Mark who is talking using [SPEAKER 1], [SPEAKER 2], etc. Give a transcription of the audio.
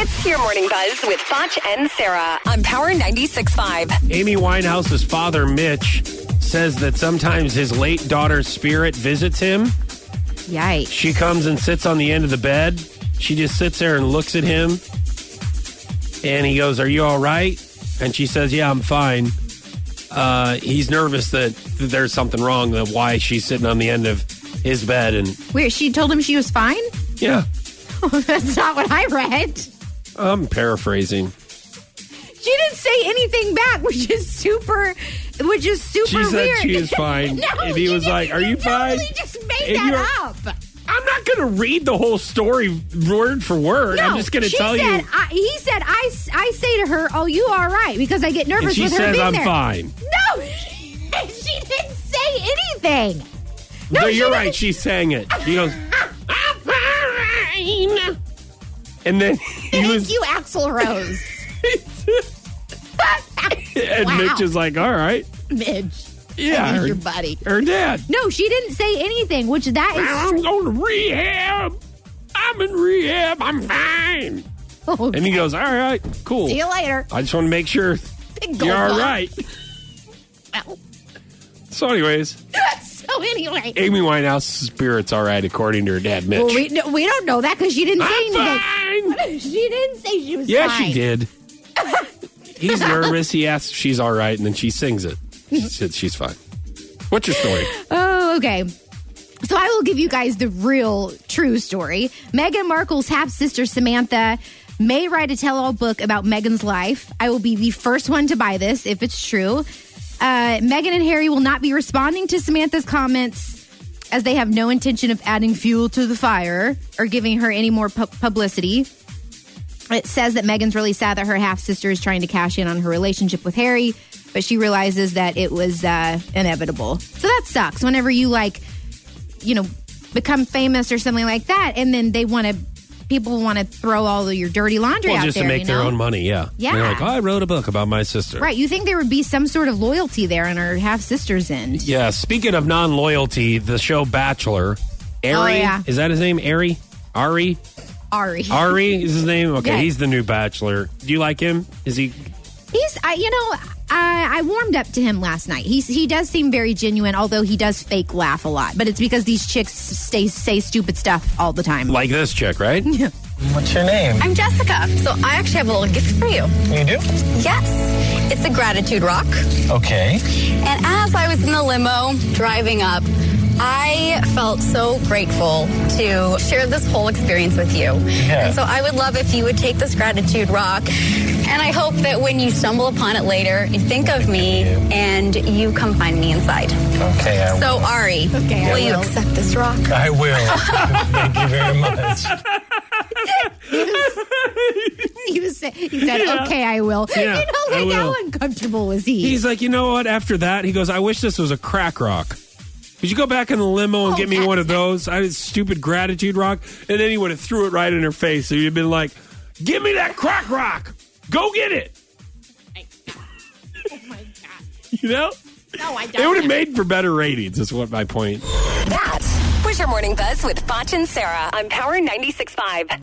[SPEAKER 1] It's your morning buzz with Foch and Sarah on Power 96.5.
[SPEAKER 2] Amy Winehouse's father, Mitch, says that sometimes his late daughter's spirit visits him.
[SPEAKER 3] Yikes.
[SPEAKER 2] She comes and sits on the end of the bed. She just sits there and looks at him. And he goes, Are you all right? And she says, Yeah, I'm fine. Uh, he's nervous that there's something wrong, that why she's sitting on the end of his bed. And
[SPEAKER 3] Wait, she told him she was fine?
[SPEAKER 2] yeah,
[SPEAKER 3] That's not what I read.
[SPEAKER 2] I'm paraphrasing.
[SPEAKER 3] She didn't say anything back, which is super, which is super
[SPEAKER 2] She said
[SPEAKER 3] weird.
[SPEAKER 2] she was fine.
[SPEAKER 3] no,
[SPEAKER 2] And he
[SPEAKER 3] she
[SPEAKER 2] was
[SPEAKER 3] didn't.
[SPEAKER 2] like, "Are you
[SPEAKER 3] totally
[SPEAKER 2] fine?"
[SPEAKER 3] just made
[SPEAKER 2] And
[SPEAKER 3] that up.
[SPEAKER 2] I'm not going to read the whole story word for word.
[SPEAKER 3] No,
[SPEAKER 2] I'm just going to
[SPEAKER 3] she
[SPEAKER 2] tell
[SPEAKER 3] said,
[SPEAKER 2] you.
[SPEAKER 3] I, he said, I, s- I say to her, oh, you all right, because I get nervous
[SPEAKER 2] And she
[SPEAKER 3] with her
[SPEAKER 2] says,
[SPEAKER 3] being
[SPEAKER 2] I'm
[SPEAKER 3] there.
[SPEAKER 2] fine.
[SPEAKER 3] No, she didn't say anything.
[SPEAKER 2] No,
[SPEAKER 3] she
[SPEAKER 2] you're right.
[SPEAKER 3] doesn't-
[SPEAKER 2] She sang it. He goes, and then he
[SPEAKER 3] Thank
[SPEAKER 2] was,
[SPEAKER 3] you, Axel Rose.
[SPEAKER 2] and
[SPEAKER 3] wow.
[SPEAKER 2] Mitch is like, all right,
[SPEAKER 3] Midge.
[SPEAKER 2] yeah,
[SPEAKER 3] He's
[SPEAKER 2] her,
[SPEAKER 3] your buddy.
[SPEAKER 2] her dad.
[SPEAKER 3] No, she didn't say anything, which that is.
[SPEAKER 2] I'm going to rehab. I'm in rehab. I'm fine.
[SPEAKER 3] Oh,
[SPEAKER 2] And he goes, all right, cool.
[SPEAKER 3] see you later.
[SPEAKER 2] I just want to make sure
[SPEAKER 3] Big
[SPEAKER 2] you're
[SPEAKER 3] gold
[SPEAKER 2] all
[SPEAKER 3] bug.
[SPEAKER 2] right.
[SPEAKER 3] Well,
[SPEAKER 2] So, anyways,
[SPEAKER 3] so anyway.
[SPEAKER 2] Amy Winehouse's spirit's all right, according to her dad, Mitch.
[SPEAKER 3] Well, we, no, we don't know that because she didn't say
[SPEAKER 2] I'm
[SPEAKER 3] anything.
[SPEAKER 2] fine.
[SPEAKER 3] She didn't say she was
[SPEAKER 2] Yeah,
[SPEAKER 3] fine.
[SPEAKER 2] she did. He's nervous. He asks if she's all right, and then she sings it. She said she's fine. What's your story?
[SPEAKER 3] Oh, okay. So I will give you guys the real true story. Meghan Markle's half sister Samantha may write a tell all book about Meghan's life. I will be the first one to buy this if it's true. Uh, Meghan and Harry will not be responding to Samantha's comments as they have no intention of adding fuel to the fire or giving her any more pu- publicity. It says that Megan's really sad that her half sister is trying to cash in on her relationship with Harry, but she realizes that it was uh, inevitable. So that sucks. Whenever you like, you know, become famous or something like that, and then they want to, people want to throw all of your dirty laundry
[SPEAKER 2] Well,
[SPEAKER 3] out
[SPEAKER 2] just
[SPEAKER 3] there.
[SPEAKER 2] to make
[SPEAKER 3] you
[SPEAKER 2] their
[SPEAKER 3] know?
[SPEAKER 2] own money, yeah.
[SPEAKER 3] Yeah.
[SPEAKER 2] They're like, oh, I wrote a book about my sister.
[SPEAKER 3] Right, you think there would be some sort of loyalty there on her half sister's end?
[SPEAKER 2] Yeah. Speaking of non loyalty, the show Bachelor, Ari,
[SPEAKER 3] Oh, yeah.
[SPEAKER 2] is that his name? Ari? Ari?
[SPEAKER 3] Ari,
[SPEAKER 2] Ari is his name? Okay,
[SPEAKER 3] Yeah.
[SPEAKER 2] he's the new Bachelor. Do you like him? Is he?
[SPEAKER 3] he's I, you know I, I warmed up to him last night. He's he does seem very genuine, although he does fake laugh a lot. But it's because these chicks stay say stupid stuff all the time.
[SPEAKER 2] Like this chick, right?
[SPEAKER 4] What's your name?
[SPEAKER 1] I'm Jessica, so I actually have a little gift for you.
[SPEAKER 4] You do?
[SPEAKER 1] Yes, it's a gratitude rock.
[SPEAKER 4] Okay.
[SPEAKER 1] And as I was in the limo driving up, I felt so grateful to share this whole experience with you.
[SPEAKER 4] Yeah.
[SPEAKER 1] And so I would love if you would take this gratitude rock. And I hope that when you stumble upon it later, you think of me and you come find me inside.
[SPEAKER 4] Okay, I
[SPEAKER 1] So, Ari,
[SPEAKER 3] Okay, I
[SPEAKER 1] will you
[SPEAKER 3] will.
[SPEAKER 1] accept this rock?
[SPEAKER 4] I will. Thank you very much.
[SPEAKER 3] He was he said, "Okay, I will."
[SPEAKER 2] Yeah,
[SPEAKER 3] you know,
[SPEAKER 2] I
[SPEAKER 3] like
[SPEAKER 2] will.
[SPEAKER 3] how uncomfortable was he?
[SPEAKER 2] He's like, you know what? After that, he goes, I wish this was a crack rock. Could you go back in the limo and
[SPEAKER 3] Oh,
[SPEAKER 2] get me
[SPEAKER 3] that's-
[SPEAKER 2] one of those? I had stupid gratitude rock. And then he would have threw it right in her face. So you'd been like, give me that crack rock. Go get it. You know?
[SPEAKER 3] Oh no, I
[SPEAKER 2] It would have made for better ratings, is what my point.
[SPEAKER 1] That was your morning buzz with Foch and Sarah on Power 96.5.